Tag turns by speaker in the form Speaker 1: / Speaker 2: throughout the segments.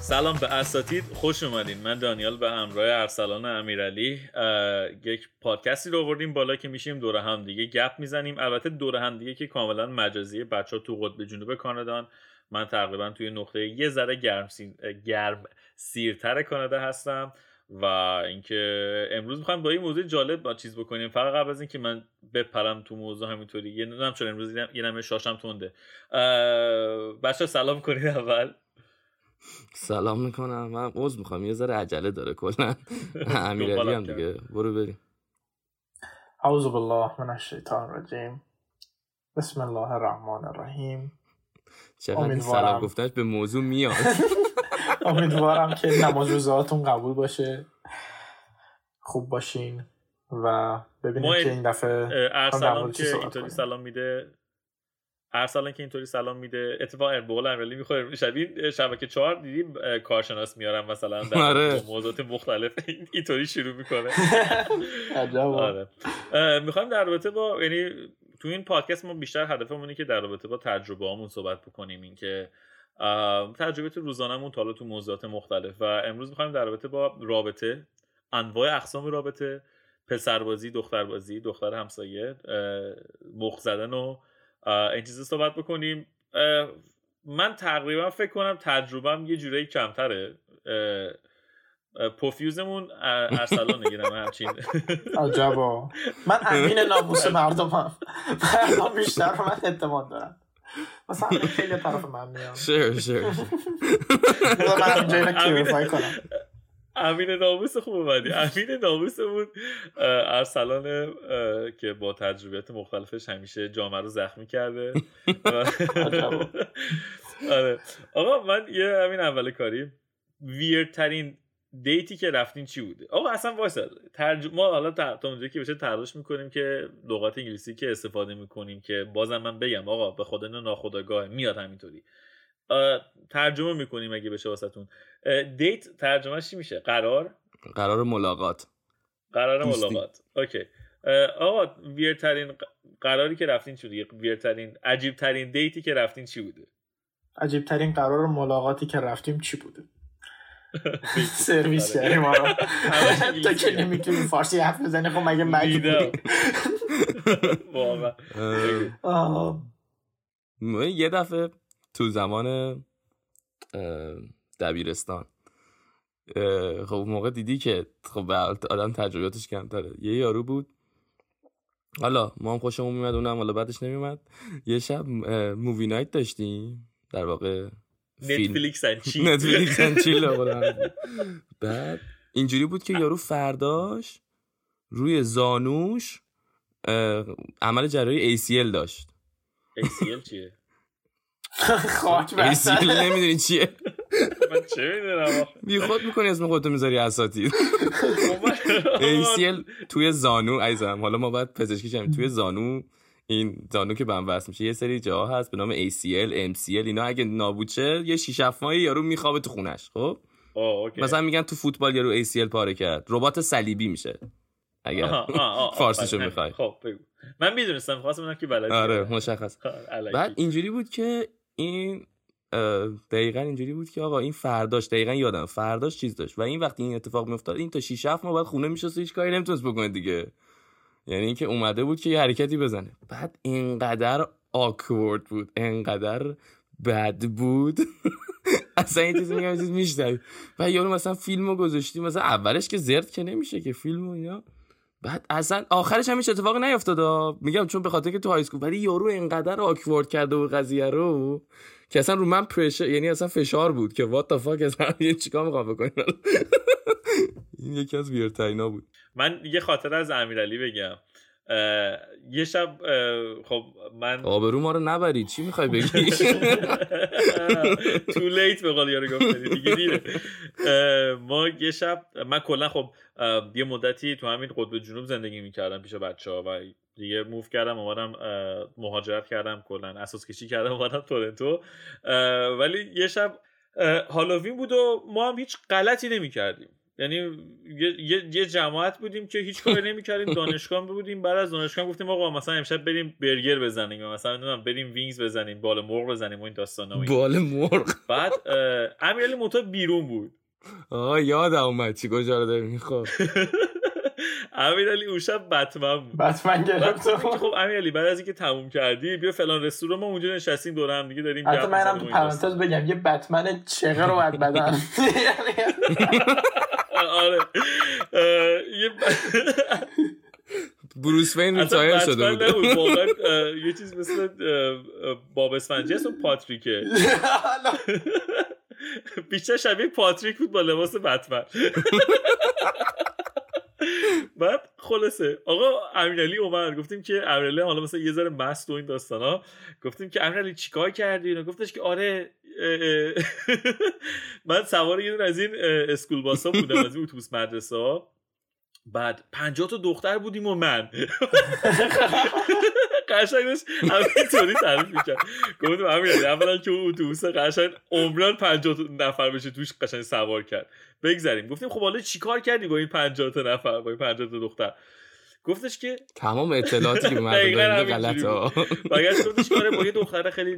Speaker 1: سلام به اساتید خوش اومدین من دانیال به همراه ارسلان امیرعلی یک پادکستی رو آوردیم بالا که میشیم دور هم دیگه گپ میزنیم البته دور هم دیگه که کاملا مجازی بچه ها تو قطب جنوب کانادا من تقریبا توی نقطه یه ذره گرم, سیر... گرم سیرتر کانادا هستم و اینکه امروز میخوام با این موضوع جالب با چیز بکنیم فقط قبل از اینکه من بپرم تو موضوع همینطوری یه نمیدونم چون امروز یه نمه شاشم تنده بچه سلام کنید اول
Speaker 2: سلام میکنم من عوض میخوام یه ذره عجله داره کلا امیرعلی هم دیگه برو بریم
Speaker 3: اعوذ بالله من الشیطان الرجیم بسم الله الرحمن الرحیم
Speaker 2: چقدر سلام گفتنش به موضوع میاد
Speaker 3: امیدوارم که نماز روزهاتون قبول باشه خوب باشین و ببینیم که این دفعه
Speaker 1: ارسلان که اینطوری سلام میده ارسلان که اینطوری سلام میده اتفاقا اربول امیرعلی میخوره شبیه شبکه چهار دیدیم کارشناس میارم مثلا در آره. موضوعات مختلف اینطوری شروع میکنه
Speaker 3: آره.
Speaker 1: میخوایم در رابطه با یعنی تو این پادکست ما بیشتر هدفمون اینه که در رابطه با تجربه هامون صحبت بکنیم اینکه تجربه تو روزانمون تا تو موضوعات مختلف و امروز میخوایم در رابطه با رابطه انواع اقسام رابطه پسربازی دختربازی دختر همسایه مخ زدن و این چیزا صحبت بکنیم من تقریبا فکر کنم تجربهم یه جورایی کمتره پوفیوزمون ارسلان نگیرم همچین
Speaker 3: عجبا من امین ناموس مردمم مردم بیشتر من اعتماد دارم مثلا خیلی طرف من میام
Speaker 2: شیر شیر
Speaker 3: من کنم
Speaker 1: امین ناموس خوب اومدی امین ناموسمون ارسلان که با تجربیات مختلفش همیشه جامعه رو زخمی کرده آره آقا من یه همین اول کاری ویرترین دیتی که رفتین چی بوده آقا اصلا وایسا ترجمه ما حالا تا اونجایی که بشه تلاش میکنیم که لغات انگلیسی که استفاده میکنیم که بازم من بگم آقا به خدا ناخداگاه میاد همینطوری ترجمه میکنیم اگه بشه واسهتون دیت ترجمهش چی میشه قرار
Speaker 2: قرار ملاقات
Speaker 1: قرار دوستی. ملاقات اوکی آقا ویرترین قراری که رفتین چی بوده ویرترین عجیب ترین دیتی که رفتین چی بوده
Speaker 3: عجیب ترین قرار ملاقاتی که رفتیم چی بوده
Speaker 1: آره.
Speaker 3: سرویس کردیم آقا تا که نمیتونی فارسی حرف بزنی خب مگه مگه
Speaker 1: واقعا
Speaker 2: یه دفعه تو زمان دبیرستان خب موقع دیدی که خب آدم تجربیاتش کمتره یه یارو بود حالا ما هم خوشمون میمد اونم حالا بعدش نمیومد یه شب مووی نایت داشتیم در واقع
Speaker 1: نتفلیکس ان چیل
Speaker 2: نتفلیکس ان چیل بعد اینجوری بود که یارو فرداش روی زانوش عمل جراحی ACL داشت
Speaker 1: ACL چیه
Speaker 3: خاک
Speaker 2: بسته نمیدونی چیه
Speaker 1: من چه میدونم
Speaker 2: بی خود میکنی اسم خودتو میذاری اساتید ACL توی زانو عزیزم حالا ما باید پزشکی شدیم توی زانو این زانو که بهم وصل میشه یه سری جاها هست به نام ACL MCL اینا اگه نابود شه یه شیش هفتمایی یارو میخوابه تو خونش خب مثلا میگن تو فوتبال یارو ACL پاره کرد ربات صلیبی میشه اگر فارسیشو میخوای
Speaker 1: خب بگو من میدونستم خواستم بدونم که بلدی
Speaker 2: آره مشخص
Speaker 1: خب،
Speaker 2: بعد اینجوری بود که این دقیقا اینجوری بود که آقا این فرداش دقیقا یادم فرداش چیز داشت و این وقتی این اتفاق میافتاد این تا 6 7 ما بعد خونه میشد هیچ کاری نمیتونست بکنه دیگه یعنی اینکه اومده بود که یه حرکتی بزنه بعد اینقدر آکورد بود اینقدر بد بود اصلا این چیزی میگم چیز میشنوی و یارو مثلا فیلمو گذاشتی مثلا اولش که زرد که نمیشه که فیلم و اینا بعد اصلا آخرش هم هیچ اتفاقی نیفتاد میگم چون به خاطر که تو های اسکول ولی یارو انقدر آکورد کرده و قضیه رو که اصلا رو من پرشر یعنی اصلا فشار بود که وات فاک اصلا یه چیکار میخوام بکنم این یکی از ویرترینا بود
Speaker 1: من یه خاطر از امیرعلی بگم یه شب خب من
Speaker 2: آبرو ما رو نبری چی میخوای بگی
Speaker 1: تو لیت به قول یارو گفت دیگه دیره ما یه شب من کلا خب یه مدتی تو همین قطب جنوب زندگی میکردم پیش بچه ها و دیگه موف کردم اومدم مهاجرت کردم کلا اساس کشی کردم اومدم تورنتو ولی یه شب هالووین بود و ما هم هیچ غلطی نمیکردیم یعنی یه،, یه،, جماعت بودیم که هیچ کاری نمیکردیم دانشگاه بودیم بعد از دانشگاه گفتیم آقا مثلا امشب بریم برگر بزنیم مثلا نمیدونم بریم وینگز بزنیم بال مرغ بزنیم و این داستانا
Speaker 2: بال مرغ
Speaker 1: بعد امیرعلی موتا بیرون بود
Speaker 2: آه یاد اومد چی کجا رو داری میخواد
Speaker 1: امیرعلی اون شب بتمن بود
Speaker 3: بتمن گرفت
Speaker 1: خب امیرعلی بعد از اینکه تموم کردی بیا فلان رستوران ما اونجا نشستیم دور هم دیگه داریم
Speaker 3: حتی منم تو پرانتز بگم یه بتمن چقه رو بعد بدم
Speaker 1: آره یه
Speaker 2: بروس وین ریتایر شده بود
Speaker 1: واقعا یه چیز مثل باب اسفنجی هست اون پاتریکه بیشتر شبیه پاتریک بود با لباس بتمن بعد خلاصه آقا امیرعلی اومد گفتیم که امیرعلی حالا مثلا یه ذره مست و این داستانا گفتیم که امیرعلی چیکار کردی اینا گفتش که آره من سوار یه دونه از این اسکول باسا بودم از این اتوبوس مدرسه ها بعد پنجاه تا دختر بودیم و من قشنگ داشت همینطوری تعریف میکرد گفتم همین یعنی اولا که اون اتوبوس قشنگ عمران 50 نفر بشه توش قشنگ سوار کرد بگذریم گفتیم خب حالا چیکار کردی با این 50 تا نفر با این 50 تا دختر گفتش که
Speaker 2: تمام اطلاعاتی که من دادم غلطه
Speaker 1: برگشت گفتش که آره، با یه دختر خیلی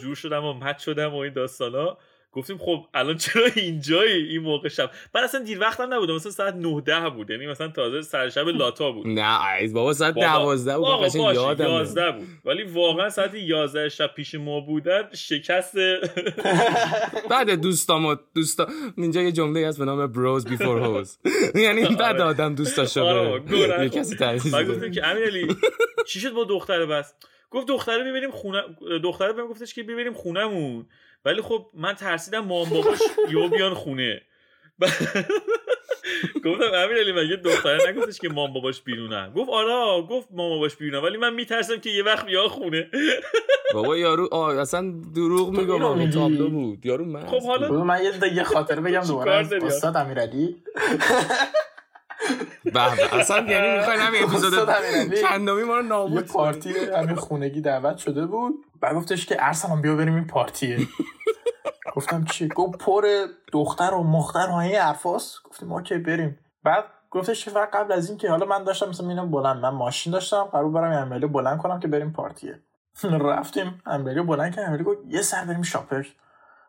Speaker 1: جور شدم و مت شدم و این داستانا گفتیم خب الان چرا اینجایی این موقع شب بعد اصلا دیر وقت هم نبود مثلا ساعت 9 10 بود یعنی مثلا تازه سر شب لاتا بود
Speaker 2: نه عیز بابا ساعت 12 بود
Speaker 1: آقا یادم 11 بود ولی واقعا ساعت 11 شب پیش ما بودن شکست
Speaker 2: بعد دوستام دوستا اینجا یه جمله هست به نام بروز بیفور هوز یعنی
Speaker 1: آره.
Speaker 2: بعد آدم دوستا شده یه کسی تعریف
Speaker 1: گفتیم که امیرعلی چی شد با دختر بس گفت دختره ببریم خونه دختره بهم گفتش که ببریم خونهمون ولی خب من ترسیدم مام باباش یو بیان خونه گفتم امیر علی مگه دختره نگفتش که مام باباش بیرونن گفت آره گفت مام باباش بیرونن ولی من میترسم که یه وقت بیا خونه
Speaker 2: بابا یارو آه اصلا دروغ میگم اون تابلو بود یارو من
Speaker 1: خب حالا
Speaker 3: من یه خاطر بگم دوباره استاد امیرعلی
Speaker 2: به اصلا یعنی میخواین همین اپیزود چندمی ما رو نابود
Speaker 3: یعنی یه پارتی همین خونگی دعوت شده بود بعد گفتش که ارسلان بیا بریم این پارتیه گفتم چی گفت پر دختر و مختر و این حرفاست گفتیم اوکی بریم بعد گفتش که فقط قبل از این که حالا من داشتم مثلا میرم بلند من ماشین داشتم قرار برم امیلی بلند کنم که بریم پارتیه رفتیم امیلی بلند که امیلی گفت یه سر بریم شاپرز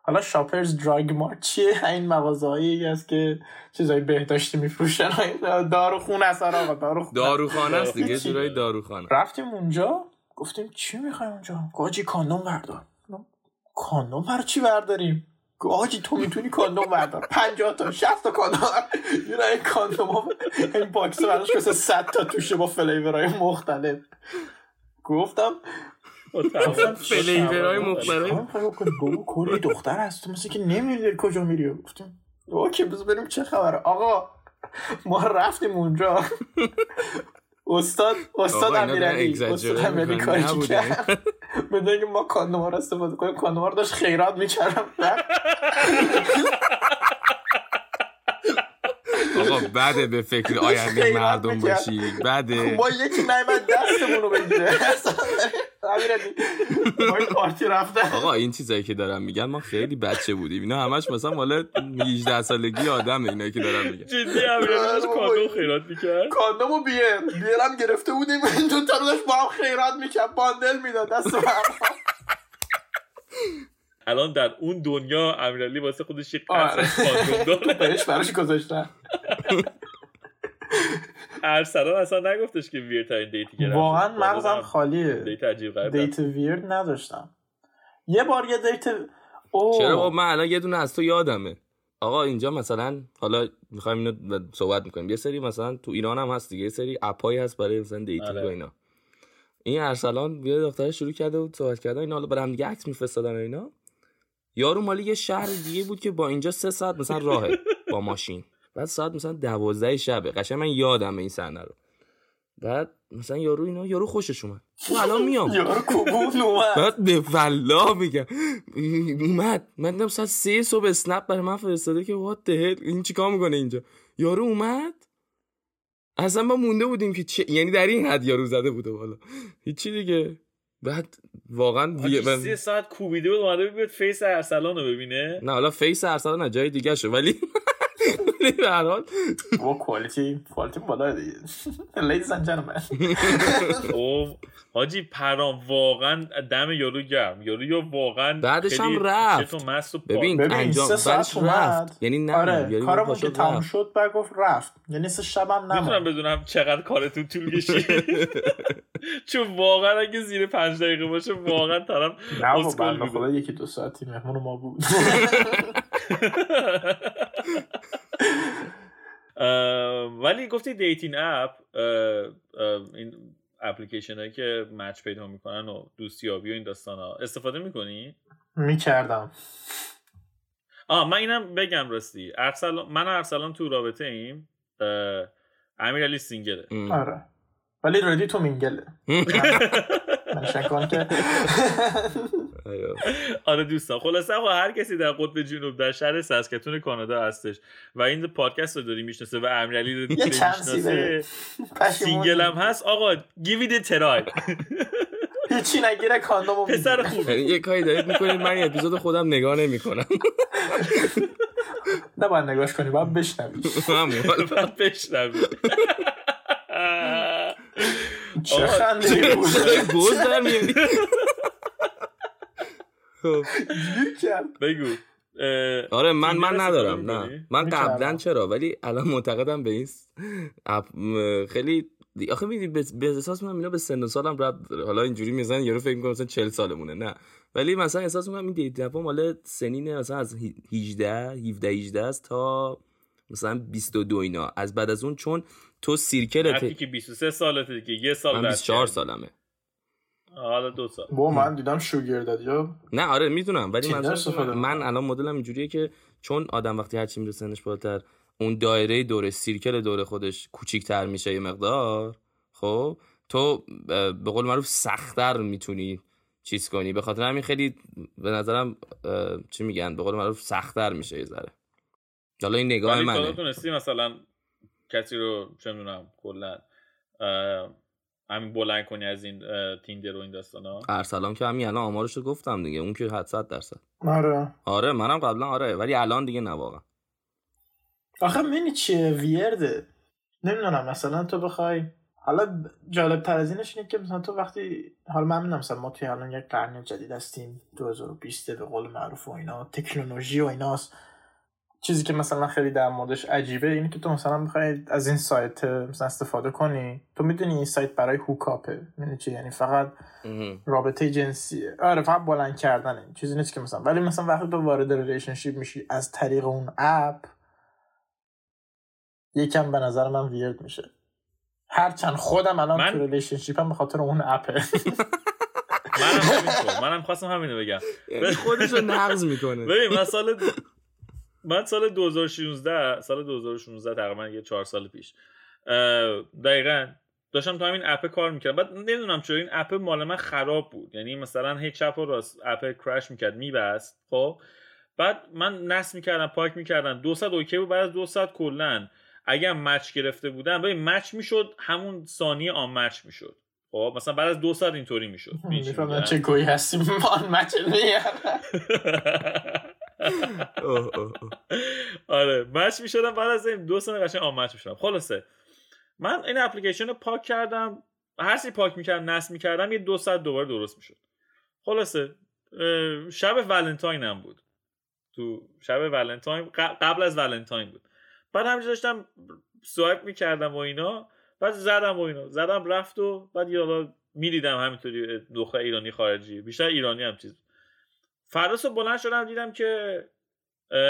Speaker 3: حالا شاپرز دراگ مارت چیه این مغازه هایی هست که چیزای بهداشتی میفروشن داروخونه است آقا داروخونه
Speaker 2: داروخانه است دیگه جورای داروخانه
Speaker 3: رفتیم اونجا گفتیم چی میخوایم اونجا گاجی کاندوم بردار کاندوم بر چی برداریم گاجی تو میتونی کاندوم بردار 50 تا 60 تا کاندوم یه این کاندوم این باکس براش مثل 100 تا توشه با فلیورهای مختلف گفتم
Speaker 2: فلیورهای مختلف
Speaker 3: خب، بابا کلی دختر هست تو مثل که نمیدونی کجا میری گفتیم اوکی بز بریم چه خبره آقا ما رفتیم اونجا استاد استاد امیرعلی استاد امیرعلی کاری کرد بدون اینکه ما کاندوما رو استفاده کنیم کاندوما رو داشت خیرات میکردم
Speaker 2: آقا بده به فکر آینده مردم باشی بده
Speaker 3: ما یکی نایمد دستمون رو بگیره
Speaker 2: آقا این چیزایی که دارم میگن ما خیلی بچه بودیم اینا همش مثلا مال 18 سالگی آدم اینا که دارم میگن
Speaker 1: جدی امیرعلیش کاندوم خیرات میکرد
Speaker 3: کاندومو بیر بیرم گرفته بودیم این دو تا داشت با هم خیرات میکرد باندل میداد دست
Speaker 1: الان در اون دنیا امیرعلی واسه خودش یک
Speaker 3: آره.
Speaker 1: قصر کاندوم
Speaker 3: بهش براش گذاشتن
Speaker 1: ارسلان اصلا نگفتش که ویرد ترین دیتی گرفت
Speaker 3: واقعا مغزم خالیه
Speaker 1: دیت عجیب غریب
Speaker 3: دیت ویرد نداشتم یه بار یه دیت
Speaker 2: اوه. چرا با من الان یه دونه از تو یادمه آقا اینجا مثلا حالا میخوایم اینو صحبت میکنیم یه سری مثلا تو ایران هم هست دیگه یه سری اپایی هست برای مثلا دیتینگ و اینا این ارسلان یه دختره شروع کرده بود صحبت کردن اینا حالا برای هم دیگه عکس میفرستادن اینا یارو مالی یه شهر دیگه بود که با اینجا سه ساعت مثلا راهه با ماشین بعد ساعت مثلا دوازده شبه قشنگ من یادم این صحنه رو بعد مثلا یارو اینا یارو خوشش اومد او الان میام
Speaker 3: یارو کوبون اومد
Speaker 2: بعد به والله میگم اومد من دیدم ساعت سه صبح اسنپ برای من فرستاده که وات ده این چیکار میکنه اینجا یارو اومد اصلا ما مونده بودیم که چه یعنی در این حد یارو زده بوده والا هیچی دیگه بعد واقعا
Speaker 1: دیگه سه ساعت کوبیده بود اومده بود فیس ارسلان رو ببینه
Speaker 2: نه حالا فیس ارسلان نه جای دیگه شو ولی به هر حال
Speaker 3: و کوالیتی کوالیتی بالا دیگه لیدیز اند جنتلمن
Speaker 1: او حاجی پرام واقعا دم یارو گرم یارو یا واقعا
Speaker 2: بعدش هم رفت ببین
Speaker 3: ببین
Speaker 2: انجام
Speaker 3: سه ساعت
Speaker 2: بعدش رفت
Speaker 3: اومد
Speaker 2: یعنی نه
Speaker 3: آره
Speaker 2: یارو
Speaker 3: کارمون
Speaker 2: پاشو
Speaker 3: که تموم
Speaker 2: رفت.
Speaker 3: شد بعد گفت رفت یعنی سه شبم
Speaker 1: میتونم
Speaker 3: نمون
Speaker 1: بدونم چقدر کارتون طول کشید چون واقعا اگه زیر پنج دقیقه باشه واقعا طرف
Speaker 3: نه بابا
Speaker 1: اسکل
Speaker 3: بنده
Speaker 1: می‌کنه.
Speaker 3: خدا یکی دو ساعتی مهمون ما بود
Speaker 1: اه، ولی گفتی دیتین اپ اه، اه، این اپلیکیشن هایی که مچ پیدا میکنن و دوستیابی و این داستان ها استفاده میکنی؟
Speaker 3: میکردم
Speaker 1: آه من اینم بگم راستی ارسلان من و ارسلان تو رابطه ایم امیر علی سینگله
Speaker 2: ام.
Speaker 3: آره ولی ردی تو مینگله من شکان که
Speaker 2: آره.
Speaker 1: آره دوستان خلاصه آقا هر کسی در قطب جنوب در شهر ساسکتون کانادا هستش و این پادکست رو داری میشناسه و امیرعلی رو داری
Speaker 3: یه چانسی
Speaker 1: میشناسه
Speaker 3: بده. پشیمون
Speaker 1: سینگل هم هست آقا گیوید ترای
Speaker 3: هیچی نگیره کاندومو
Speaker 1: پسر
Speaker 3: می‌گیره.
Speaker 1: خوب
Speaker 2: یعنی یه کاری دارید میکنید من این اپیزود خودم نگاه نمیکنم
Speaker 3: نباید نگاش کنی باید بشنوی
Speaker 1: بعد بشنوی
Speaker 3: چه
Speaker 1: آقا،
Speaker 3: خنده بود
Speaker 2: گوز در میاری خب.
Speaker 3: گیر کرد.
Speaker 1: بگو اه،
Speaker 2: آره من
Speaker 1: سینگر
Speaker 2: من
Speaker 1: استفاده
Speaker 2: ندارم
Speaker 1: می‌کنی؟
Speaker 2: نه من
Speaker 3: می‌شنوم.
Speaker 2: قبلا چرا ولی الان معتقدم به این س- اپ- م- خیلی دی- آخه میدی به به احساس میکنم اینا به سن و سالم رب داره. حالا اینجوری میزنن یارو فکر میکنه مثلا 40 سالمونه نه ولی مثلا احساس میکنم این دیت اپ مال سنین مثلا از هی- 18 17 18 است تا مثلا 22 اینا از بعد از اون چون تو
Speaker 1: وقتی
Speaker 2: سیرکلت
Speaker 1: که 23 سالته که یه سال
Speaker 2: من
Speaker 1: رد
Speaker 2: 24
Speaker 1: کردی.
Speaker 2: سالمه
Speaker 1: حالا دو سال
Speaker 3: با من دیدم شوگر داد یا
Speaker 2: نه آره میدونم ولی
Speaker 3: تیندر
Speaker 2: منظورم
Speaker 3: استفاده
Speaker 2: من, من الان مدلم اینجوریه که چون آدم وقتی هرچی میره سنش بالاتر اون دایره دوره سیرکل دوره خودش کوچیک‌تر میشه یه مقدار خب تو اه، به قول معروف سختتر میتونی چیز کنی به خاطر همین خیلی به نظرم اه، چی میگن به قول معروف سختتر میشه یه ذره حالا این نگاه
Speaker 1: ولی تا
Speaker 2: منه
Speaker 1: تونستی مثلا کسی رو چه میدونم کلا اه، همین بلند کنی از این اه، تیندر و این داستان ها
Speaker 2: ارسلان که همین الان آمارش رو گفتم دیگه اون که حد صد درصد
Speaker 3: آره
Speaker 2: آره منم قبلا آره ولی الان دیگه نه واقعا
Speaker 3: آخه منی چیه ویرده نمیدونم مثلا تو بخوای حالا جالب تر از اینش اینه که مثلا تو وقتی حالا من میدونم مثلا ما توی الان یک قرن جدید هستیم 2020 به قول معروف و اینا تکنولوژی و ایناست چیزی که مثلا خیلی در موردش عجیبه اینه که تو مثلا میخوای از این سایت مثلا استفاده کنی تو میدونی این سایت برای هوکاپه یعنی چی یعنی فقط
Speaker 2: اه.
Speaker 3: رابطه جنسیه آره فقط بلند کردنه چیزی نیست که مثلا ولی مثلا وقتی تو وارد ریلیشنشیپ میشی از طریق اون اپ یکم به نظر من ویرد میشه هرچند خودم الان
Speaker 1: من-
Speaker 3: تو ریلیشنشیپم به خاطر اون اپه
Speaker 1: منم همینطور. منم خواستم همینو بگم
Speaker 2: یعنی خودش رو نقض میکنه
Speaker 1: ببین من سال من سال 2016 سال 2016 تقریبا یه چهار سال پیش اه، دقیقا داشتم تو همین اپ کار میکردم بعد نمیدونم چرا این اپ مال من خراب بود یعنی مثلا هی چپ و راست اپ کرش میکرد میبست خب بعد من نصب میکردم پاک میکردم دو ساعت اوکی بود بعد از دو ساعت کلا اگر مچ گرفته بودم ببین مچ میشد همون ثانیه آن مچ میشد خب مثلا بعد از دو ساعت اینطوری میشد آره.
Speaker 3: میفهمم چه گویی هستیم من مچل میگم.
Speaker 2: اوه، اوه، اوه.
Speaker 1: آره مچ میشدم بعد از این دو سال قشنگ آن مچ میشدم خلاصه من این اپلیکیشن رو پاک کردم هر سی پاک میکردم نصب میکردم یه دو ساعت دوباره درست میشد خلاصه اه، شب ولنتاین هم بود تو شب ولنتاین ق- قبل از ولنتاین بود بعد همینجا داشتم سوایپ میکردم و اینا بعد زدم و اینا زدم رفت و بعد یه حالا میدیدم همینطوری دختر ایرانی خارجی بیشتر ایرانی هم چیز فردا صبح بلند شدم دیدم که اه،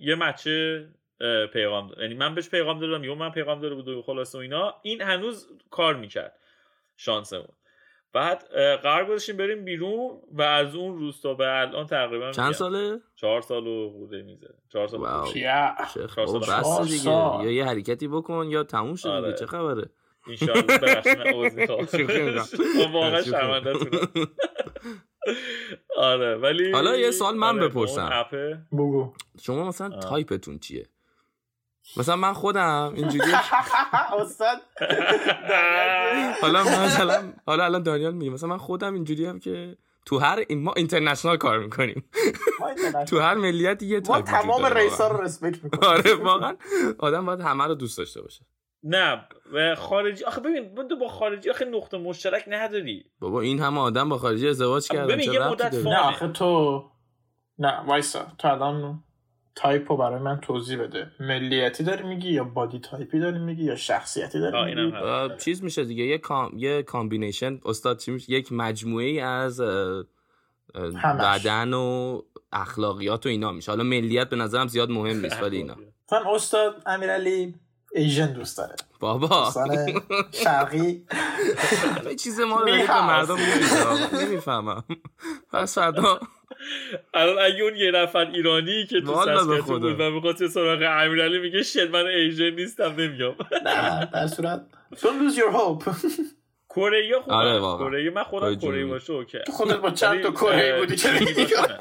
Speaker 1: یه مچه اه، پیغام داد یعنی من بهش پیغام دادم یا من پیغام داده بود و خلاص و اینا این هنوز کار میکرد شانسمون بعد اه، قرار گذاشتیم بریم بیرون و از اون روز تا به الان تقریبا
Speaker 2: چند ساله؟
Speaker 1: چهار سال و خورده میزه چهار سال و
Speaker 2: واو.
Speaker 1: خورده.
Speaker 3: یا.
Speaker 2: شیخ
Speaker 1: چهار
Speaker 2: بابا
Speaker 1: سال.
Speaker 2: خب، بس
Speaker 3: چهار
Speaker 2: دیگه
Speaker 3: سال.
Speaker 2: یا یه حرکتی بکن یا تموم شد
Speaker 1: آره.
Speaker 2: دیگه چه خبره
Speaker 1: اینشالله ببخشید من عوض میخوام واقعا شرمنده آره ولی
Speaker 2: حالا یه سال من
Speaker 1: آره،
Speaker 2: بپرسم.
Speaker 1: اون اپه
Speaker 3: بگو
Speaker 2: شما مثلا
Speaker 1: آه.
Speaker 2: تایپتون چیه مثلا من خودم اینجوری
Speaker 3: استاد
Speaker 2: حالا مثلا حالا الان دانیال میگه مثلا من خودم اینجوری هم که تو هر این ما اینترنشنال کار میکنیم تو هر ملیت یه
Speaker 3: ما
Speaker 2: تایپ وجود
Speaker 3: تمام
Speaker 2: داره
Speaker 3: رئیسا
Speaker 2: واقعاً.
Speaker 3: رو رسپکت میکنیم
Speaker 2: آره واقعا آدم باید همه رو دوست داشته باشه
Speaker 1: نه و خارجی آخه ببین تو با خارجی آخه نقطه مشترک نداری
Speaker 2: بابا این همه آدم با خارجی ازدواج کردن
Speaker 1: ببین،
Speaker 2: چه
Speaker 1: یه
Speaker 2: ربطی
Speaker 1: مدت
Speaker 2: داره؟
Speaker 1: فا-
Speaker 3: نه آخه تو نه وایسا تو الان تایپ رو برای من توضیح بده ملیتی داری میگی یا بادی تایپی داری میگی یا شخصیتی
Speaker 1: آه،
Speaker 3: داری
Speaker 1: اینم
Speaker 3: میگی
Speaker 1: هست.
Speaker 2: آه، چیز میشه دیگه یه کام یه کامبینیشن استاد چی میشه یک مجموعه ای از اه، اه،
Speaker 3: همش.
Speaker 2: بدن و اخلاقیات و اینا میشه حالا ملیت به نظرم زیاد مهم نیست ولی اینا
Speaker 3: مثلا استاد امیرعلی ایژن دوست داره
Speaker 2: بابا
Speaker 3: دوستان شرقی
Speaker 2: حالا یه چیز ما رو دارید به
Speaker 3: می‌خواست.
Speaker 2: مردم میگید نمیفهمم پس فردا
Speaker 1: الان اگه اون یه نفر ایرانی که تو
Speaker 2: والا به
Speaker 1: سسکتون
Speaker 2: خدا.
Speaker 1: بود و میخواست یه سراغ امیرعلی میگه شد من ایژن نیستم نمیام
Speaker 3: نه در صورت Don't lose your hope
Speaker 1: کره یا خوبه
Speaker 2: آره، واقعا.
Speaker 1: کره من خودم
Speaker 2: کره
Speaker 1: کره
Speaker 2: جنوبی.
Speaker 1: باشه اوکی
Speaker 3: تو خودت با چند تا
Speaker 1: ولی،
Speaker 3: کره
Speaker 1: یعنی، اه،
Speaker 3: بودی که
Speaker 1: چینی
Speaker 3: میگی
Speaker 1: باشه نه.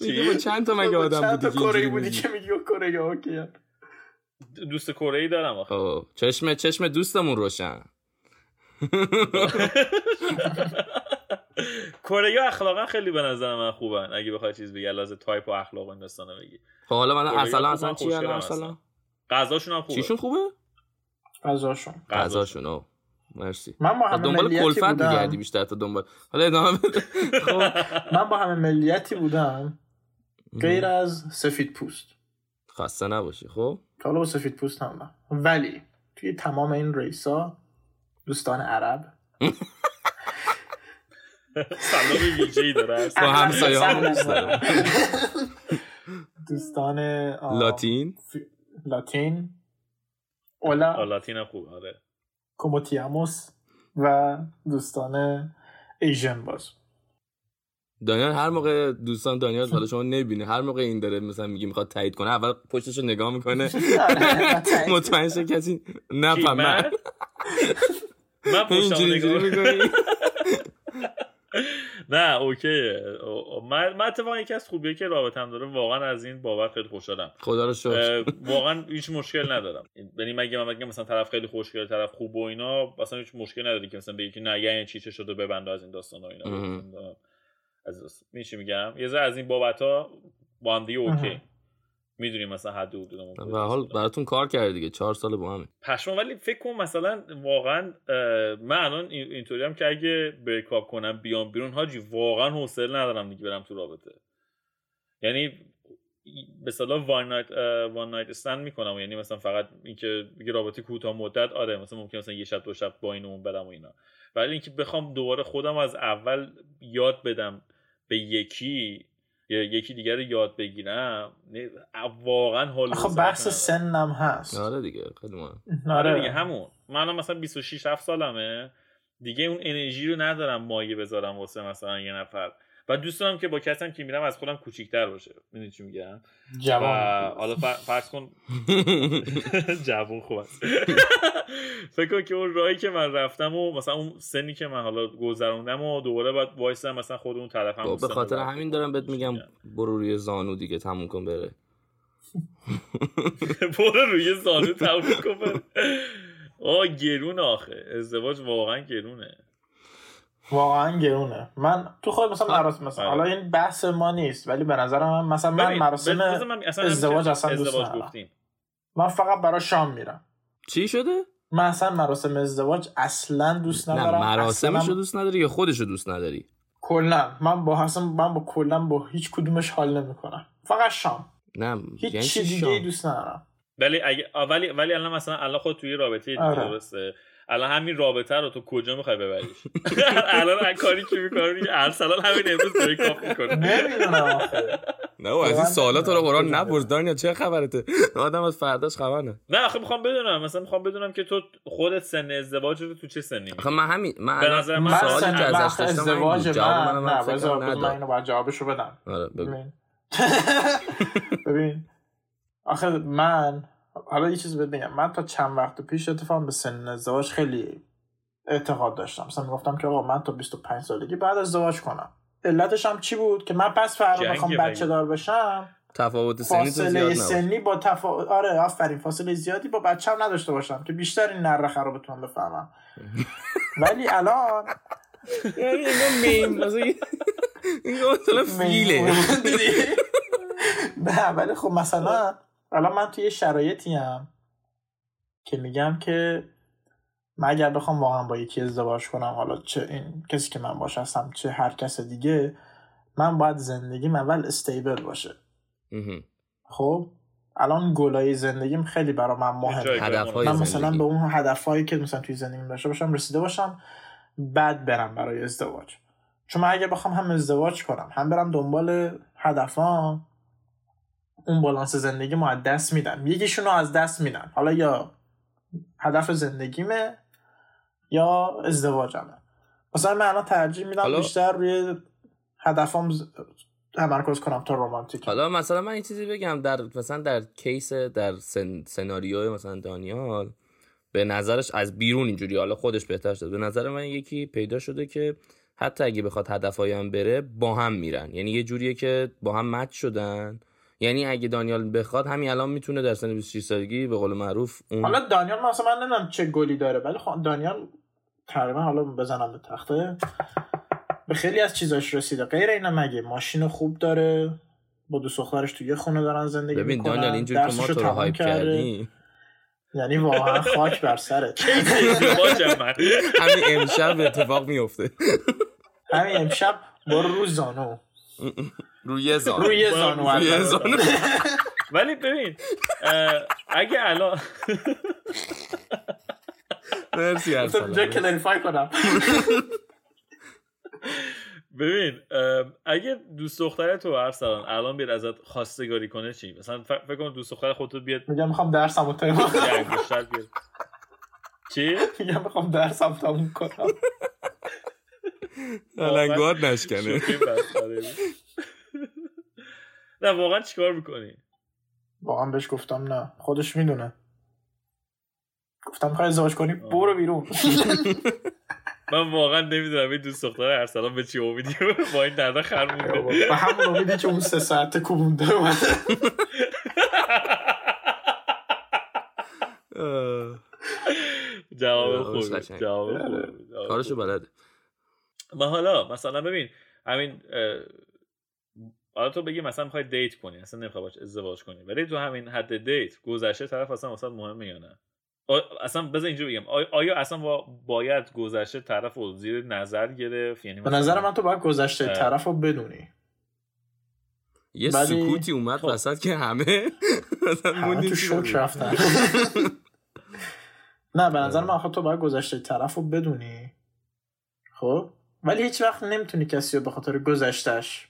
Speaker 1: چی؟
Speaker 2: میگه با چند تا مگه
Speaker 3: با
Speaker 2: آدم
Speaker 3: چند تا
Speaker 2: بودی که
Speaker 3: کره
Speaker 2: اینجوری
Speaker 3: بودی
Speaker 2: میگی؟
Speaker 3: که میگی و کره یا اوکی
Speaker 1: دوست کره ای دارم آخه
Speaker 2: آه، خب، چشم چشم دوستمون روشن
Speaker 1: کره یا اخلاقا خیلی به نظر من خوبن اگه بخوای چیز بگی لحاظ تایپ و اخلاق و این داستانا بگی
Speaker 2: خب حالا من
Speaker 1: کره
Speaker 2: اصلا
Speaker 1: خوبم،
Speaker 2: اصلا چی
Speaker 1: خوشگلم
Speaker 2: الان
Speaker 1: اصلا.
Speaker 2: اصلا
Speaker 1: غذاشون هم خوبه
Speaker 2: چیشون خوبه
Speaker 3: غذاشون
Speaker 2: غذاشون آه. مرسی
Speaker 3: من با
Speaker 2: تا
Speaker 3: همه
Speaker 2: دنبال
Speaker 3: ملیتی
Speaker 2: کلفت میگردی
Speaker 3: بودم
Speaker 2: بیشتر تا دنبال حالا ادامه بده خب
Speaker 3: من با همه ملیتی بودم غیر از سفید پوست
Speaker 2: خسته نباشی خب
Speaker 3: که حالا با سفید پوست هم بودم. ولی توی تمام این ریسا دوستان عرب
Speaker 1: سلام ویژه‌ای داره اصلا.
Speaker 2: با همسایه ها
Speaker 3: اهلا دوستان آه،
Speaker 2: لاتین
Speaker 3: لاتین اولا
Speaker 1: آه، لاتین هم خوبه آره
Speaker 3: کوموتیاموس و دوستان ایژن باز
Speaker 2: دانیال هر موقع دوستان دانیال حالا شما نبینه هر موقع این داره مثلا میگه میخواد تایید کنه اول پشتش رو نگاه میکنه مطمئن شه کسی
Speaker 1: کی،
Speaker 2: نفهم
Speaker 1: من
Speaker 2: من
Speaker 1: من پشتم
Speaker 2: اینجوری
Speaker 1: نگاه-
Speaker 2: اینجوری می‌کنی؟
Speaker 1: نه اوکی من من اتفاقا یکی از خوبیه که رابطم داره واقعا از این بابت خیلی خوشحالم
Speaker 2: خدا رو شکر
Speaker 1: اه، واقعا هیچ مشکل ندارم یعنی مگه من بگم مثلا طرف خیلی خوشگل طرف خوب و اینا اصلا هیچ مشکل نداری که مثلا بگی که نه یعنی چی چه شده ببنده از این داستان و اینا
Speaker 2: اه.
Speaker 1: از میشه میگم یه ذره از این بابت ها با هم دیگه اوکی
Speaker 3: اه.
Speaker 1: میدونیم مثلا حد و حدودمون
Speaker 2: و حال براتون کار کرد دیگه چهار سال با همه
Speaker 1: پشما ولی فکر کنم مثلا واقعا اه، من الان این- اینطوری هم که اگه بریک اپ کنم بیام بیرون حاجی واقعا حوصله ندارم دیگه برم تو رابطه یعنی به اصطلاح وان نایت وان نایت استند میکنم یعنی مثلا فقط اینکه یه رابطه کوتاه مدت آره مثلا ممکن مثلا یه شب دو شب با این و اون برم و اینا ولی اینکه بخوام دوباره خودم از اول یاد بدم به یکی یا یکی دیگر رو یاد بگیرم نه، واقعا حال
Speaker 3: خب
Speaker 1: حوصله
Speaker 3: بحث
Speaker 1: ندارم.
Speaker 3: سنم هست
Speaker 2: آره دیگه خیلی مهم
Speaker 1: آره دیگه همون من الان مثلا 26 7 سالمه دیگه اون انرژی رو ندارم مایه بذارم واسه مثلا یه نفر و دوست دارم که با کسی هم که میرم از خودم کوچیک‌تر باشه میدونی چی میگم و
Speaker 3: جوان
Speaker 1: حالا فر- فرض کن جوون خوب است فکر کنم که اون راهی که من رفتم و مثلا اون سنی که من حالا گذروندم و دوباره باید وایسم مثلا خود اون طرف هم
Speaker 2: خب، به
Speaker 1: سن رو
Speaker 2: خاطر
Speaker 1: برم.
Speaker 2: همین دارم بهت میگم برو روی زانو دیگه تموم کن بره
Speaker 1: برو روی زانو تموم کن برو. آه گرون آخه ازدواج واقعا گرونه
Speaker 3: واقعا گرونه من تو خود مثلا مراسم مثلا
Speaker 1: آره.
Speaker 3: حالا این بحث ما نیست ولی به نظر من مثلا من
Speaker 1: ببین،
Speaker 3: مراسم
Speaker 1: بذار من اصلا
Speaker 3: ازدواج
Speaker 1: همیشه
Speaker 3: اصلا دوست
Speaker 1: ازدواج
Speaker 3: ندارم.
Speaker 1: گفتیم
Speaker 3: من فقط برای شام میرم
Speaker 2: چی شده؟
Speaker 3: من اصلا مراسم ازدواج اصلا دوست
Speaker 2: نه
Speaker 3: ندارم
Speaker 2: مراسمش
Speaker 3: اصلا
Speaker 2: رو دوست نداری یا خودش رو دوست نداری
Speaker 3: کلا من با اصلا من با کلا با هیچ کدومش حال نمیکنم فقط شام
Speaker 2: نه
Speaker 3: هیچ
Speaker 2: یعنی
Speaker 3: چی
Speaker 2: چی
Speaker 3: دیگه
Speaker 2: شام؟
Speaker 3: دوست ندارم
Speaker 1: ولی اگه آه، ولی ولی الان مثلا الان خود توی رابطه دیگه
Speaker 3: آره.
Speaker 1: درسته الان همین رابطه رو تو کجا میخوای ببریش الان هر کاری که میکنه میگه ارسلان همین امروز بریک اپ میکنه
Speaker 3: نمیدونم آخه.
Speaker 2: نه از این سوالات رو قرآن
Speaker 3: نه.
Speaker 2: نپرس دانیا چه خبرته آدم از فرداش خبر نه
Speaker 1: نه آخه میخوام بدونم مثلا میخوام بدونم که تو خودت سن ازدواج رو تو چه سنی
Speaker 2: آخه من همین من
Speaker 1: به
Speaker 2: الان
Speaker 1: نظر من
Speaker 3: من
Speaker 2: سوالی
Speaker 3: اصلا
Speaker 2: که
Speaker 3: من
Speaker 2: ازش
Speaker 3: اصلا
Speaker 2: داشتم همین بود.
Speaker 3: ازدواج
Speaker 2: جواب
Speaker 3: من
Speaker 2: منم
Speaker 3: نه
Speaker 2: هم فکر
Speaker 3: بذار
Speaker 2: کنم
Speaker 3: بذار من
Speaker 2: نداد
Speaker 3: اینو باید جوابشو بدم
Speaker 2: آره بگو
Speaker 3: ببین آخه من حالا یه چیز بهت بگم من تا چند وقت پیش اتفاقا به سن ازدواج خیلی اعتقاد داشتم مثلا میگفتم که آقا من تا 25 سالگی بعد ازدواج کنم علتش هم چی بود که من پس فردا بخوام بچه دار بشم
Speaker 2: تفاوت سنی تو زیاد
Speaker 3: سنی با تفاوت آره آفرین فاصله زیادی با بچه هم نداشته باشم که بیشتر این نرخه رو بتونم بفهمم ولی الان
Speaker 2: یعنی میم مثلا فیله
Speaker 3: نه ولی خب مثلا الان من توی شرایطی هم که میگم که من اگر بخوام واقعا با یکی ازدواج کنم حالا چه این کسی که من باش هستم چه هر کس دیگه من باید زندگیم اول استیبل باشه خب الان گلای زندگیم خیلی برا من مهمه من مثلا به اون هدفهایی که مثلا توی زندگیم داشته باشم رسیده باشم بعد برم برای ازدواج چون من اگر بخوام هم ازدواج کنم هم برم دنبال هدفام اون بالانس زندگی ما از دست میدم یکیشون رو از دست میدم حالا یا هدف زندگیمه یا ازدواجمه مثلا من الان ترجیح میدم بیشتر روی هدفام ز... تمرکز کنم تا رمانتیک
Speaker 2: حالا مثلا من این چیزی بگم در مثلا در کیس در سن... سناریو مثلا دانیال به نظرش از بیرون اینجوری حالا خودش بهتر شد به نظر من یکی پیدا شده که حتی اگه بخواد هدفهایی هم بره با هم میرن یعنی یه جوریه که با هم مچ شدن یعنی اگه دانیال بخواد همین الان میتونه در سن 26 سالگی به قول معروف
Speaker 3: اون حالا دانیال مثلا من نمیدونم چه گلی داره ولی خب دانیال تقریبا حالا بزنم به تخته به خیلی از چیزاش رسیده غیر اینا مگه ماشین خوب داره با دو دخترش تو یه خونه دارن زندگی
Speaker 2: ببین میکنن. دانیال اینجوری که ما تو رو هایپ کردیم
Speaker 3: یعنی واقعا خاک بر سرت
Speaker 2: همین امشب اتفاق میفته
Speaker 3: همین امشب با روزانو
Speaker 2: روی زانو
Speaker 3: روی زانو
Speaker 2: روی زانو
Speaker 1: ولی ببین اگه الان
Speaker 2: مرسی
Speaker 3: ارسلان کلریفای کنم
Speaker 1: ببین اگه دوست دختر تو ارسلان الان بیاد ازت خواستگاری کنه چی مثلا فکر کن دوست دختر خودت بیاد
Speaker 3: میگم میخوام درسمو تموم
Speaker 1: کنم چی
Speaker 3: میگم میخوام درسم تموم کنم
Speaker 2: لنگوات نشکنه
Speaker 1: آره. نه واقعا چیکار میکنی
Speaker 3: واقعا بهش گفتم نه خودش میدونه گفتم میخوای ازدواج کنی برو بیرون
Speaker 1: من واقعا نمیدونم این دوست دختر ارسلان به چی امیدی با این نده خر مونده
Speaker 3: به همون امیدی که اون سه ساعت کوبونده
Speaker 1: جواب خوبه جواب خوبه
Speaker 2: کارشو بلده
Speaker 1: ما حالا مثلا ببین همین حالا تو بگی مثلا میخوای دیت کنی اصلا نمیخوای باش ازدواج کنی ولی تو همین حد دیت گذشته طرف اصلا واسه مهمه یا نه اصلا بذار اینجا بگم آیا اصلا باید گذشته طرف رو زیر نظر گرفت یعنی
Speaker 3: به نظر من تو باید گذشته طرف رو بدونی
Speaker 2: یه بلی... سکوتی اومد وسط که همه
Speaker 3: خب. همه تو شوک رفتن نه به نظر من تو باید گذشته طرف رو بدونی خب ولی هیچ وقت نمیتونی کسی رو به خاطر گذشتش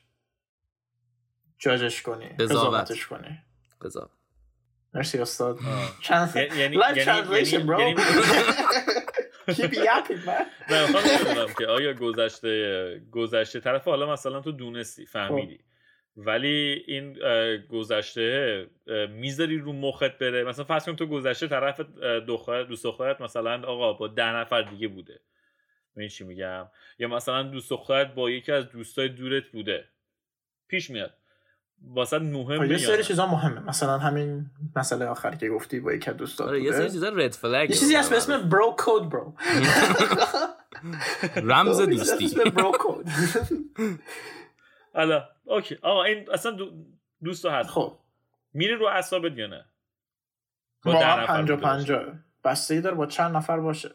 Speaker 3: جاجش کنی قضاوتش کنی
Speaker 2: قضاوت
Speaker 3: مرسی استاد چند یعنی یعنی
Speaker 1: نه که آیا گذشته گذشته طرف حالا مثلا تو دونستی
Speaker 3: خب.
Speaker 1: فهمیدی ولی این گذشته میذاری رو مخت بره مثلا فرض کن تو گذشته طرف دختر دوست دخترت مثلا آقا با ده نفر دیگه بوده من چی میگم یا مثلا دوست دخترت با یکی از دوستای دورت بوده پیش میاد واسه مهمه
Speaker 3: خب، یه سری چیزا مهمه مثلا همین مسئله آخری که گفتی با یکی دوست
Speaker 2: آره یه سری چیزا رد فلگ
Speaker 3: یه چیزی هست به اسم برو کد برو
Speaker 2: رمز دوستی
Speaker 3: برو کد
Speaker 1: حالا اوکی آقا این اصلا دوست هست
Speaker 3: خب
Speaker 1: میری رو اعصابت یا نه
Speaker 3: واقعا پنجا پنجا بستگی داره با چند نفر باشه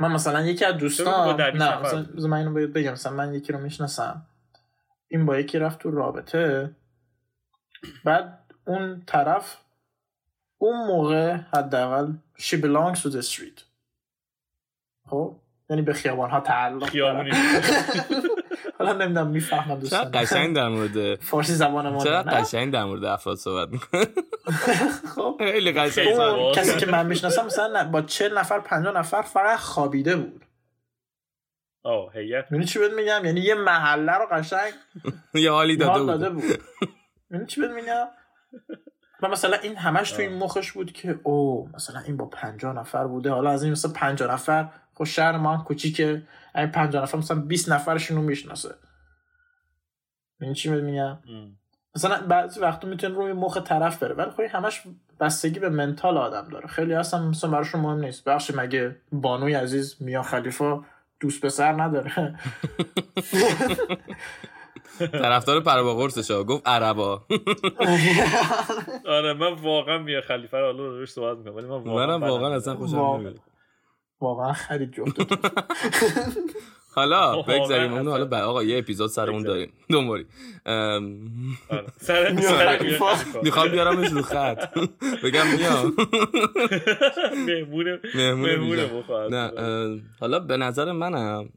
Speaker 3: من مثلا یکی از دوستان نه مثلا من اینو بگم مثلا من یکی رو میشناسم این با یکی رفت تو رابطه بعد اون طرف اون موقع حداقل she belongs to the street خب یعنی به خیابان ها تعلق
Speaker 1: خیابانی
Speaker 3: حالا نمیدونم میفهمم
Speaker 2: دوستان چرا قشنگ در مورد
Speaker 3: فارسی زبان ما
Speaker 2: چرا قشنگ در مورد افراد صحبت میکنه خب خیلی قشنگ
Speaker 3: کسی که من میشناسم مثلا با چه نفر 50 نفر فقط خوابیده بود
Speaker 1: آه هیئت
Speaker 3: یعنی چی بهت میگم یعنی یه محله رو قشنگ
Speaker 2: یه حالی داده
Speaker 3: بود داده بود یعنی چی بهت میگم و مثلا این همش توی این مخش بود که او مثلا این با 50 نفر بوده حالا از این مثلا 50 نفر خب شهر ما هم کوچیکه این 50 نفر مثلا 20 نفرشون رو میشناسه این چی میگم مثلا بعضی وقتا میتونه روی مخ طرف بره ولی خب همش بستگی به منتال آدم داره خیلی اصلا مثلا براشون مهم نیست بخش مگه بانوی عزیز میا خلیفا دوست پسر نداره
Speaker 2: طرفدار پربا قرصش گفت عربا
Speaker 1: آره من واقعا میا خلیفه رو حالا روش صحبت میکنم ولی من
Speaker 2: واقعا منم واقعا اصلا خوشم نمیاد
Speaker 3: واقعا خیلی جفت
Speaker 2: حالا بگذاریم اون حالا بر آقا یه اپیزود سرمون داریم دنباری
Speaker 1: آره. سر
Speaker 2: میخوام بیارمش رو خط بگم میام
Speaker 1: مهمونه مهمونه
Speaker 2: نه
Speaker 1: آره.
Speaker 2: حالا به نظر منم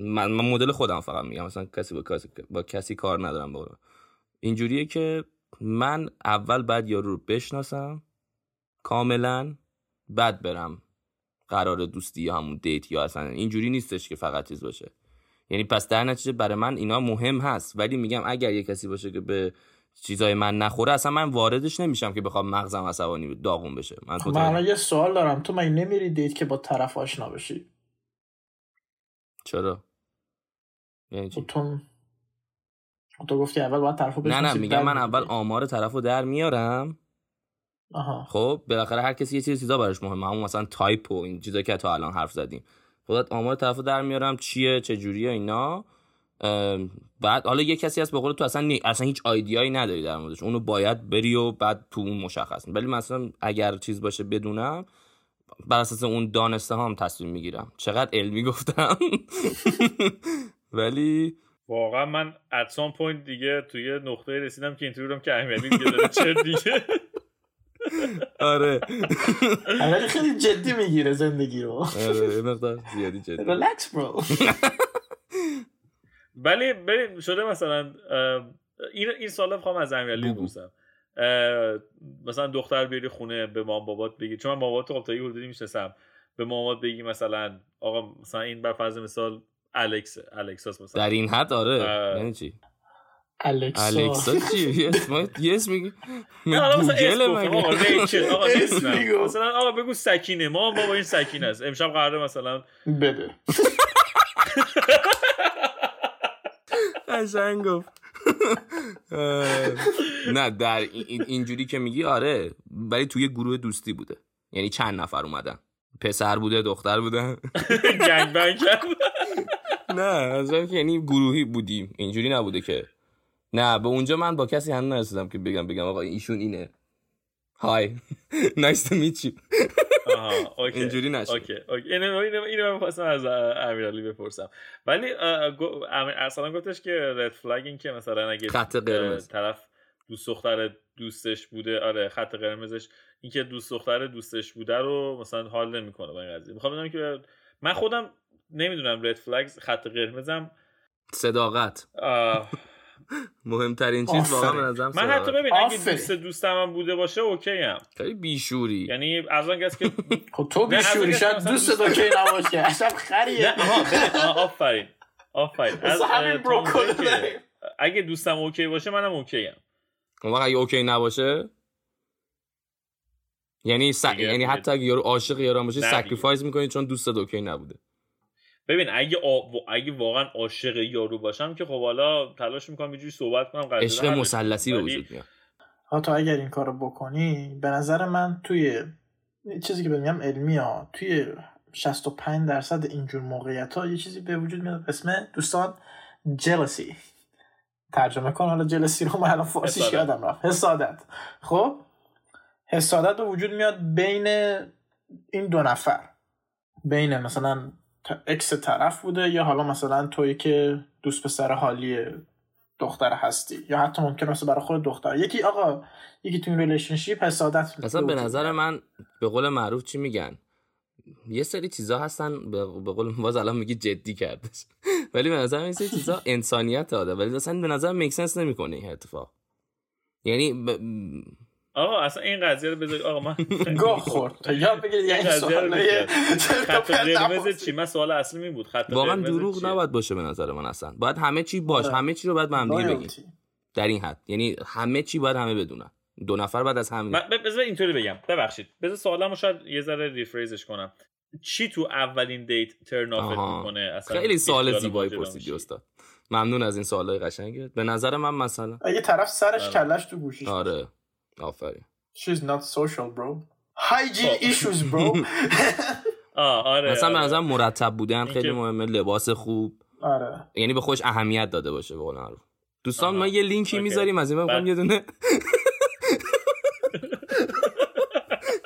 Speaker 2: من من مدل خودم فقط میگم مثلا کسی با کسی با کسی کار ندارم با اینجوریه که من اول بعد یارو رو بشناسم کاملا بعد برم قرار دوستی یا همون دیت یا اصلا اینجوری نیستش که فقط چیز باشه یعنی پس در نتیجه برای من اینا مهم هست ولی میگم اگر یه کسی باشه که به چیزای من نخوره اصلا من واردش نمیشم که بخوام مغزم عصبانی داغون بشه
Speaker 3: خب، من, من یه سوال دارم تو من نمیری دیت که با طرف آشنا بشی
Speaker 2: چرا یعنی چی؟
Speaker 3: تو تو گفتی اول باید طرفو
Speaker 2: نه نه میگم من اول آمار طرفو در میارم
Speaker 3: آها.
Speaker 2: خب بالاخره هر کسی یه چیز چیزا براش مهمه همون مثلا تایپ و این چیزا که تا الان حرف زدیم خودت آمار طرفو در میارم چیه چه جوریه اینا بعد حالا یه کسی هست به قول تو اصلا نی... اصلا هیچ آیدیایی نداری در موردش اونو باید بری و بعد تو اون مشخص ولی مثلا اگر چیز باشه بدونم بر اساس اون دانسته هم تصمیم میگیرم چقدر علمی گفتم ولی
Speaker 1: واقعا من اتسان پوینت دیگه توی نقطه رسیدم که اینطوری که امیالی دیگه داره چه دیگه
Speaker 2: آره
Speaker 3: ولی خیلی جدی میگیره زندگی رو
Speaker 2: آره یه مقدار زیادی جدی
Speaker 3: ریلکس برو
Speaker 1: ولی ببین شده مثلا این این سوال میخوام از امیرعلی بپرسم مثلا دختر بیاری خونه به مام بابات بگی چون من بابات خب تا یه حدودی میشناسم به مامات بگی مثلا آقا مثلا این بر فرض مثال الکس الکساس مثلا
Speaker 2: در این حد آره یعنی چی
Speaker 3: الکسا
Speaker 2: الکسا چی یه اسم یه اسم گوگل
Speaker 1: مگه آقا اسم مثلا آقا بگو سکینه ما بابا این سکینه است امشب قراره مثلا
Speaker 3: بده
Speaker 2: قشنگ گفت نه در اینجوری که میگی آره ولی توی گروه دوستی بوده یعنی چند نفر اومدن پسر بوده دختر بودن
Speaker 1: گنگ بنگ
Speaker 2: نه از که یعنی گروهی بودیم اینجوری نبوده که نه به اونجا من با کسی هنوز نرسیدم که بگم بگم آقا ایشون اینه های نایس تو میت یو اینجوری نشد
Speaker 1: اوکی اوکی اینو اینو من می‌خواستم از امیرعلی بپرسم ولی اصلا گفتش که رد فلگ این که مثلا اگه
Speaker 2: خط قرمز
Speaker 1: طرف دوست دختر دوستش بوده آره خط قرمزش اینکه دوست دختر دوستش بوده رو مثلا حال نمیکنه با این قضیه میخوام بدونم که من خودم نمیدونم رد فلگز خط قرمزم
Speaker 2: صداقت مهمترین چیز واقعا من ازم
Speaker 1: من حتی ببین اگه دوست دوستم هم بوده باشه اوکی ام
Speaker 2: خیلی بیشوری
Speaker 1: یعنی از اون کسی که
Speaker 3: خب تو بیشوری شاید دوست اوکی نباشه اصلا خریه
Speaker 1: آفرین آفرین بله، از همین اگه دوستم اوکی باشه منم اوکی ام
Speaker 2: اون خب، اگه اوکی نباشه یعنی یعنی حتی اگه یارو عاشق یارو باشه سکریفایز میکنی چون دوستت اوکی نبوده
Speaker 1: ببین اگه آ... اگه واقعا عاشق یارو باشم که خب حالا تلاش میکنم یه جوری صحبت کنم
Speaker 2: عشق مثلثی به وجود میاد
Speaker 3: حتی اگر این کارو بکنی به نظر من توی چیزی که میگم علمی ها توی 65 درصد اینجور موقعیت ها یه چیزی به وجود میاد اسم دوستان جلسی ترجمه کن حالا جلسی رو من الان فارسیش یادم رفت حسادت خب حسادت به وجود میاد بین این دو نفر بین مثلا اکس طرف بوده یا حالا مثلا تویی که دوست پسر حالی دختر هستی یا حتی ممکنه مثلا برای خود دختر یکی آقا یکی تو این ریلیشنشیپ حسادت
Speaker 2: اصلا به نظر من به قول معروف چی میگن یه سری چیزا هستن به قول باز الان میگی جدی کردش ولی به نظر من سری چیزا انسانیت آدم ولی اصلا به نظر میکسنس نمیکنه این اتفاق یعنی ب...
Speaker 1: آقا اصلا این قضیه رو بذار آقا من
Speaker 3: گاه خورد تا یاد بگیر
Speaker 1: این خط قرمز چی من سوال اصلی این بود خط
Speaker 2: واقعا آره، دروغ نباید باشه به نظر من اصلا
Speaker 3: آره.
Speaker 2: باید همه چی باش همه چی رو باید به هم دیگه بگیم در این حد یعنی همه چی باید همه بدونن دو نفر بعد از هم
Speaker 1: بذار اینطوری بگم ببخشید بذار سوالمو شاید یه ذره ریفریزش کنم چی تو اولین دیت ترن میکنه
Speaker 2: اصلا خیلی سوال زیبایی پرسیدی استاد ممنون از این سوالای قشنگت به نظر من مثلا
Speaker 3: اگه طرف سرش کلش تو گوشیش
Speaker 2: آره آفرین
Speaker 3: She's not social bro hygiene
Speaker 1: خب.
Speaker 3: issues bro
Speaker 1: آره
Speaker 2: مثلا به نظر مرتب بودن خیلی مهمه لباس خوب
Speaker 3: آره
Speaker 2: یعنی به خوش اهمیت داده باشه به قول معروف دوستان ما یه لینکی میذاریم از این من یه دونه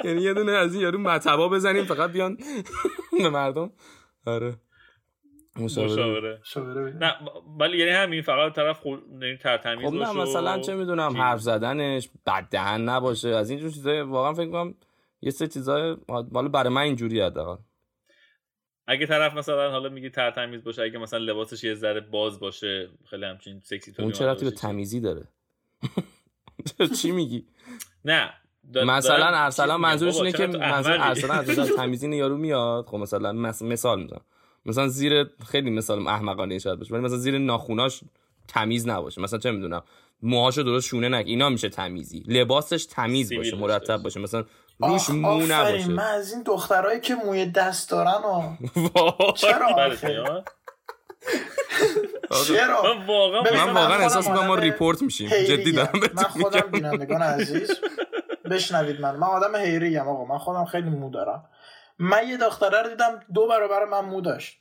Speaker 2: یعنی یه دونه از این یارو مطبا بزنیم فقط بیان به مردم آره
Speaker 1: مشاوره نه ولی یعنی همین فقط طرف خود ترتمیز
Speaker 2: خب نه مثلا چه میدونم حرف زدنش بد دهن نباشه از این جور چیزای واقعا فکر کنم یه سه چیزای حالا برای من اینجوری حداقل
Speaker 1: اگه طرف مثلا حالا میگی ترتمیز باشه اگه مثلا لباسش یه ذره باز باشه خیلی همچین سکسی
Speaker 2: اون چرا به تمیزی داره چی میگی
Speaker 1: نه
Speaker 2: مثلا ارسلان منظورش اینه که مثلا ارسلان از تمیزین یارو میاد خب مثلا مثال میزنم مثلا زیر خیلی مثال احمقانه شاید باشه ولی مثلا زیر ناخوناش تمیز نباشه مثلا چه میدونم موهاشو درست شونه نک اینا میشه تمیزی لباسش تمیز باشه مرتب باشه مثلا روش مو نباشه
Speaker 3: من از این دخترایی که موی دست دارن و
Speaker 1: بله،
Speaker 3: چرا چرا
Speaker 1: من واقعا من
Speaker 2: واقعا احساس میکنم ما ریپورت میشیم جدی دارم
Speaker 3: من خودم بینندگان عزیز بشنوید من من آدم حیری ام آقا من خودم خیلی مو دارم من یه دختره رو دیدم دو برابر من مو داشت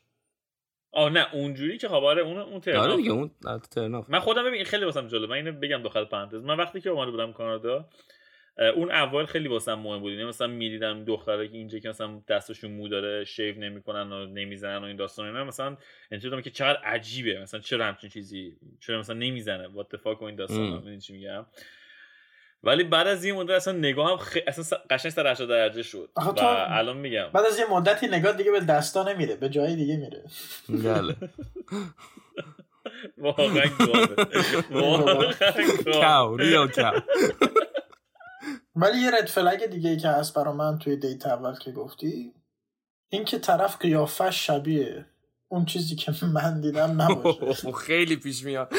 Speaker 1: آه نه اونجوری که خبره اون اون
Speaker 2: آره دیگه اون ترناف
Speaker 1: من خودم ببین خیلی واسم جالب من اینو بگم داخل پرانتز من وقتی که اومده بودم کانادا اون اول خیلی واسم مهم بود یعنی مثلا میدیدم دختره که اینجا که مثلا دستشون مو داره شیو نمیکنن و نمیزنن و این داستان اینا مثلا انتظار که چقدر عجیبه مثلا چرا همچین چیزی چرا مثلا نمیزنه وات فاک و این داستانا میدونی چی میگم ولی بعد از این مدت اصلا نگاهم خ... اصلا قشنگ 180 درجه شد و الان میگم
Speaker 3: بعد از یه مدتی نگاه دیگه به دستا نمیره به جای دیگه میره
Speaker 2: بله
Speaker 1: واقعا واقعا
Speaker 2: ریال کاو
Speaker 3: ولی یه رد فلگ دیگه ای که هست برا من توی دیت اول که گفتی اینکه طرف قیافش شبیه اون چیزی که من دیدم نباشه
Speaker 2: خیلی پیش میاد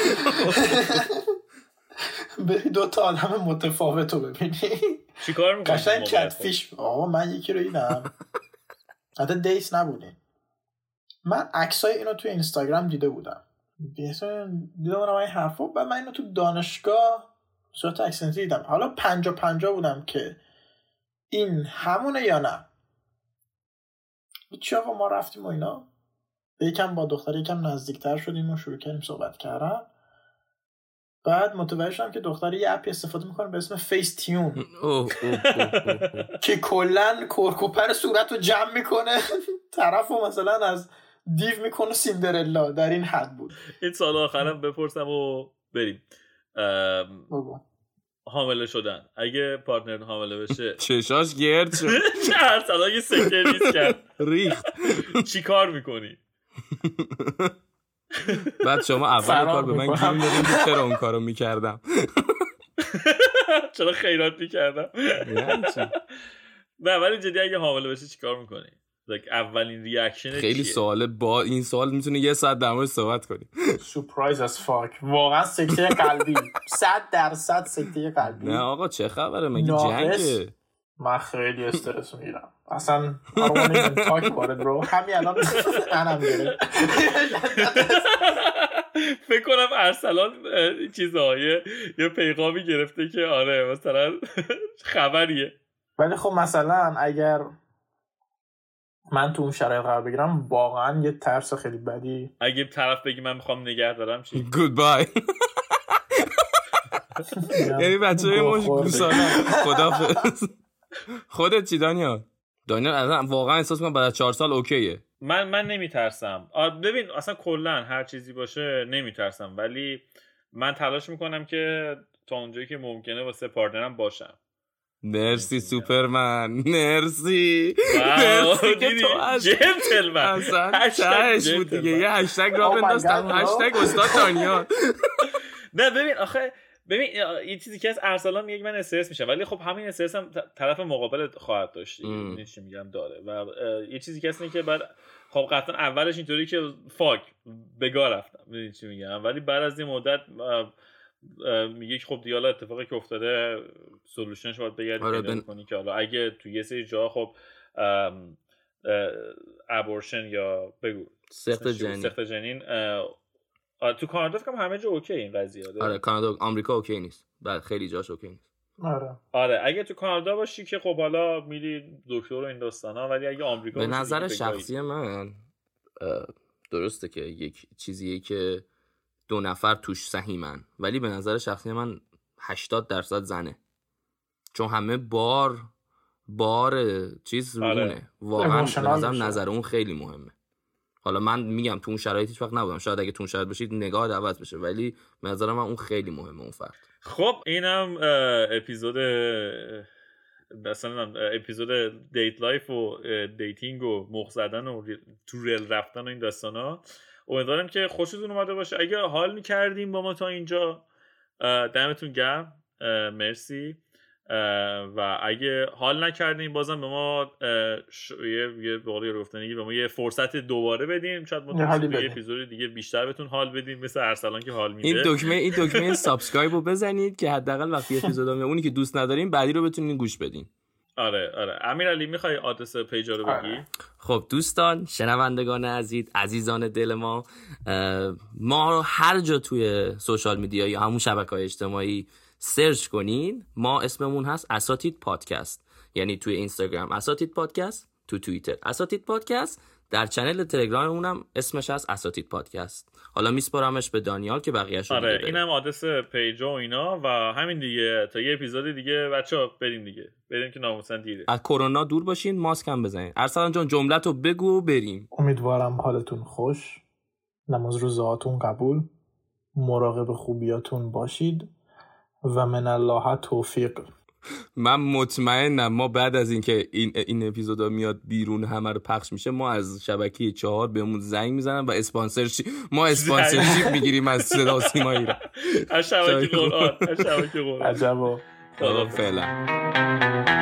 Speaker 3: بری دو تا آدم متفاوت رو ببینی
Speaker 1: چیکار میکنی
Speaker 3: قشنگ کتفیش آقا من یکی رو دیدم حتی دیس نبودیم من عکسای اینو توی اینستاگرام دیده بودم دیدم رو این حرفا و من اینو تو دانشگاه صورت اکسنتی دیدم حالا پنجا پنجا بودم که این همونه یا نه چی آقا ما رفتیم و اینا یکم با دختر یکم نزدیکتر شدیم و شروع کردیم صحبت کردن بعد متوجه شدم که دختر یه اپی استفاده میکنه به اسم فیس تیون که کلا کرکوپر صورت رو جمع میکنه طرف رو مثلا از دیو میکنه سیندرلا در این حد بود
Speaker 1: این سال آخرم بپرسم و بریم حامله شدن اگه پارتنر حامله بشه
Speaker 2: چشاش گرد شد
Speaker 1: هر سال یه سکه ریز کرد
Speaker 2: ریخت
Speaker 1: چی کار میکنی
Speaker 2: بعد شما اول کار به من گیر دادیم که چرا اون کارو میکردم
Speaker 1: چرا خیرات میکردم نه ولی جدی اگه حامله بشه چیکار میکنی اولین ریاکشن
Speaker 2: خیلی سوال با این سوال میتونه یه ساعت در مورد صحبت کنیم
Speaker 3: سورپرایز از فاک واقعا سکته قلبی 100 درصد سکته قلبی
Speaker 2: نه آقا چه خبره مگه جنگه
Speaker 3: من خیلی استرس میگیرم اصلا آروان تاک وارد برو همین الان منم گره
Speaker 1: فکر کنم ارسلان چیزهای یه پیغامی گرفته که آره مثلا خبریه
Speaker 3: ولی خب مثلا اگر من تو اون شرایط قرار بگیرم واقعا یه ترس خیلی بدی
Speaker 1: اگه طرف بگی من میخوام نگه دارم چی
Speaker 2: گودبای یعنی بچه های مش گوساله خدافز خودت چی دانیال دانیال واقعا احساس کنم بعد از چهار سال اوکیه
Speaker 1: من من نمیترسم ببین اصلا کلا هر چیزی باشه نمیترسم ولی من تلاش میکنم که تا اونجایی که ممکنه واسه پارتنرم باشم
Speaker 2: مرسی سوپرمن مرسی مرسی که تو
Speaker 1: از جنتلمن
Speaker 2: بله. هشتگ بله. بود دیگه یه هشتگ را بندازتم هشتگ استاد دانیال
Speaker 1: نه ببین آخه ببین یه چیزی که از ارسلان میگه من استرس میشم ولی خب همین استرس هم طرف مقابل خواهد داشت چی میگم داره و یه چیزی که اینه که بعد خب قطعا اولش اینطوری که فاک بگا رفتم چی میگم ولی بعد از این مدت میگه خب دیگه حالا اتفاقی که افتاده سلوشنش باید بگردی آره بن... کنی که حالا اگه تو یه سری جا خب ابورشن یا بگو
Speaker 2: سخت جنین
Speaker 1: سخت جنین تو کانادا فکرم همه جا اوکی این قضیه
Speaker 2: آره کانادا آمریکا اوکی نیست بعد خیلی جاش اوکی نیست
Speaker 3: آره
Speaker 1: آره اگه تو کانادا باشی که خب حالا میری دکتر و این داستانا ولی اگه آمریکا
Speaker 2: به نظر شخصی من درسته که یک چیزیه که دو نفر توش سهیمن ولی به نظر شخصی من 80 درصد زنه چون همه بار بار چیز رو آره. واقعا به نظرم نظر اون خیلی مهمه حالا من میگم تو اون شرایط هیچ وقت نبودم شاید اگه تو اون شرایط بشید نگاه عوض بشه ولی به نظر من اون خیلی مهمه اون فرد
Speaker 1: خب اینم اپیزود مثلا اپیزود دیت لایف و دیتینگ و مخ زدن و تو ریل رفتن و این داستان ها امیدوارم که خوشتون اومده باشه اگه حال میکردیم با ما تا اینجا دمتون گرم مرسی و اگه حال نکردیم بازم به ما ش... یه, یه بقول گفتنگی به ما یه فرصت دوباره بدیم شاید ما تو یه اپیزود دیگه بیشتر بهتون حال بدیم مثل ارسلان که حال میده
Speaker 2: این دکمه این دکمه سابسکرایب رو بزنید که حداقل وقتی اپیزود میاد اونی که دوست نداریم بعدی رو بتونین گوش بدین
Speaker 1: آره آره امیر علی میخوای آدرس پیج رو بگی آره.
Speaker 2: خب دوستان شنوندگان عزیز عزیزان دل ما ما هر جا توی سوشال میدیا یا همون شبکه های اجتماعی سرچ کنین ما اسممون هست اساتید پادکست یعنی توی اینستاگرام اساتید پادکست تو توییتر اساتید پادکست در چنل تلگراممون هم اسمش از اساتید پادکست حالا میسپارمش به دانیال که بقیه‌اش
Speaker 1: آره دیگه اینم آدرس پیجا و اینا و همین دیگه تا یه اپیزود دیگه بچا بریم دیگه بریم که ناموسن دیره
Speaker 2: از کرونا دور باشین ماسک هم بزنین ارسلان جان جملتو بگو بریم
Speaker 3: امیدوارم حالتون خوش نماز روزهاتون قبول مراقب خوبیاتون باشید و من الله توفیق
Speaker 2: من مطمئنم ما بعد از اینکه این این اپیزودا میاد بیرون همه رو پخش میشه ما از شبکه چهار بهمون زنگ میزنن و اسپانسرشی ما اسپانسرشیپ میگیریم از صدا سیما ایران
Speaker 1: از شبکه قرآن از شبکه قرآن
Speaker 3: عجبا
Speaker 2: فعلا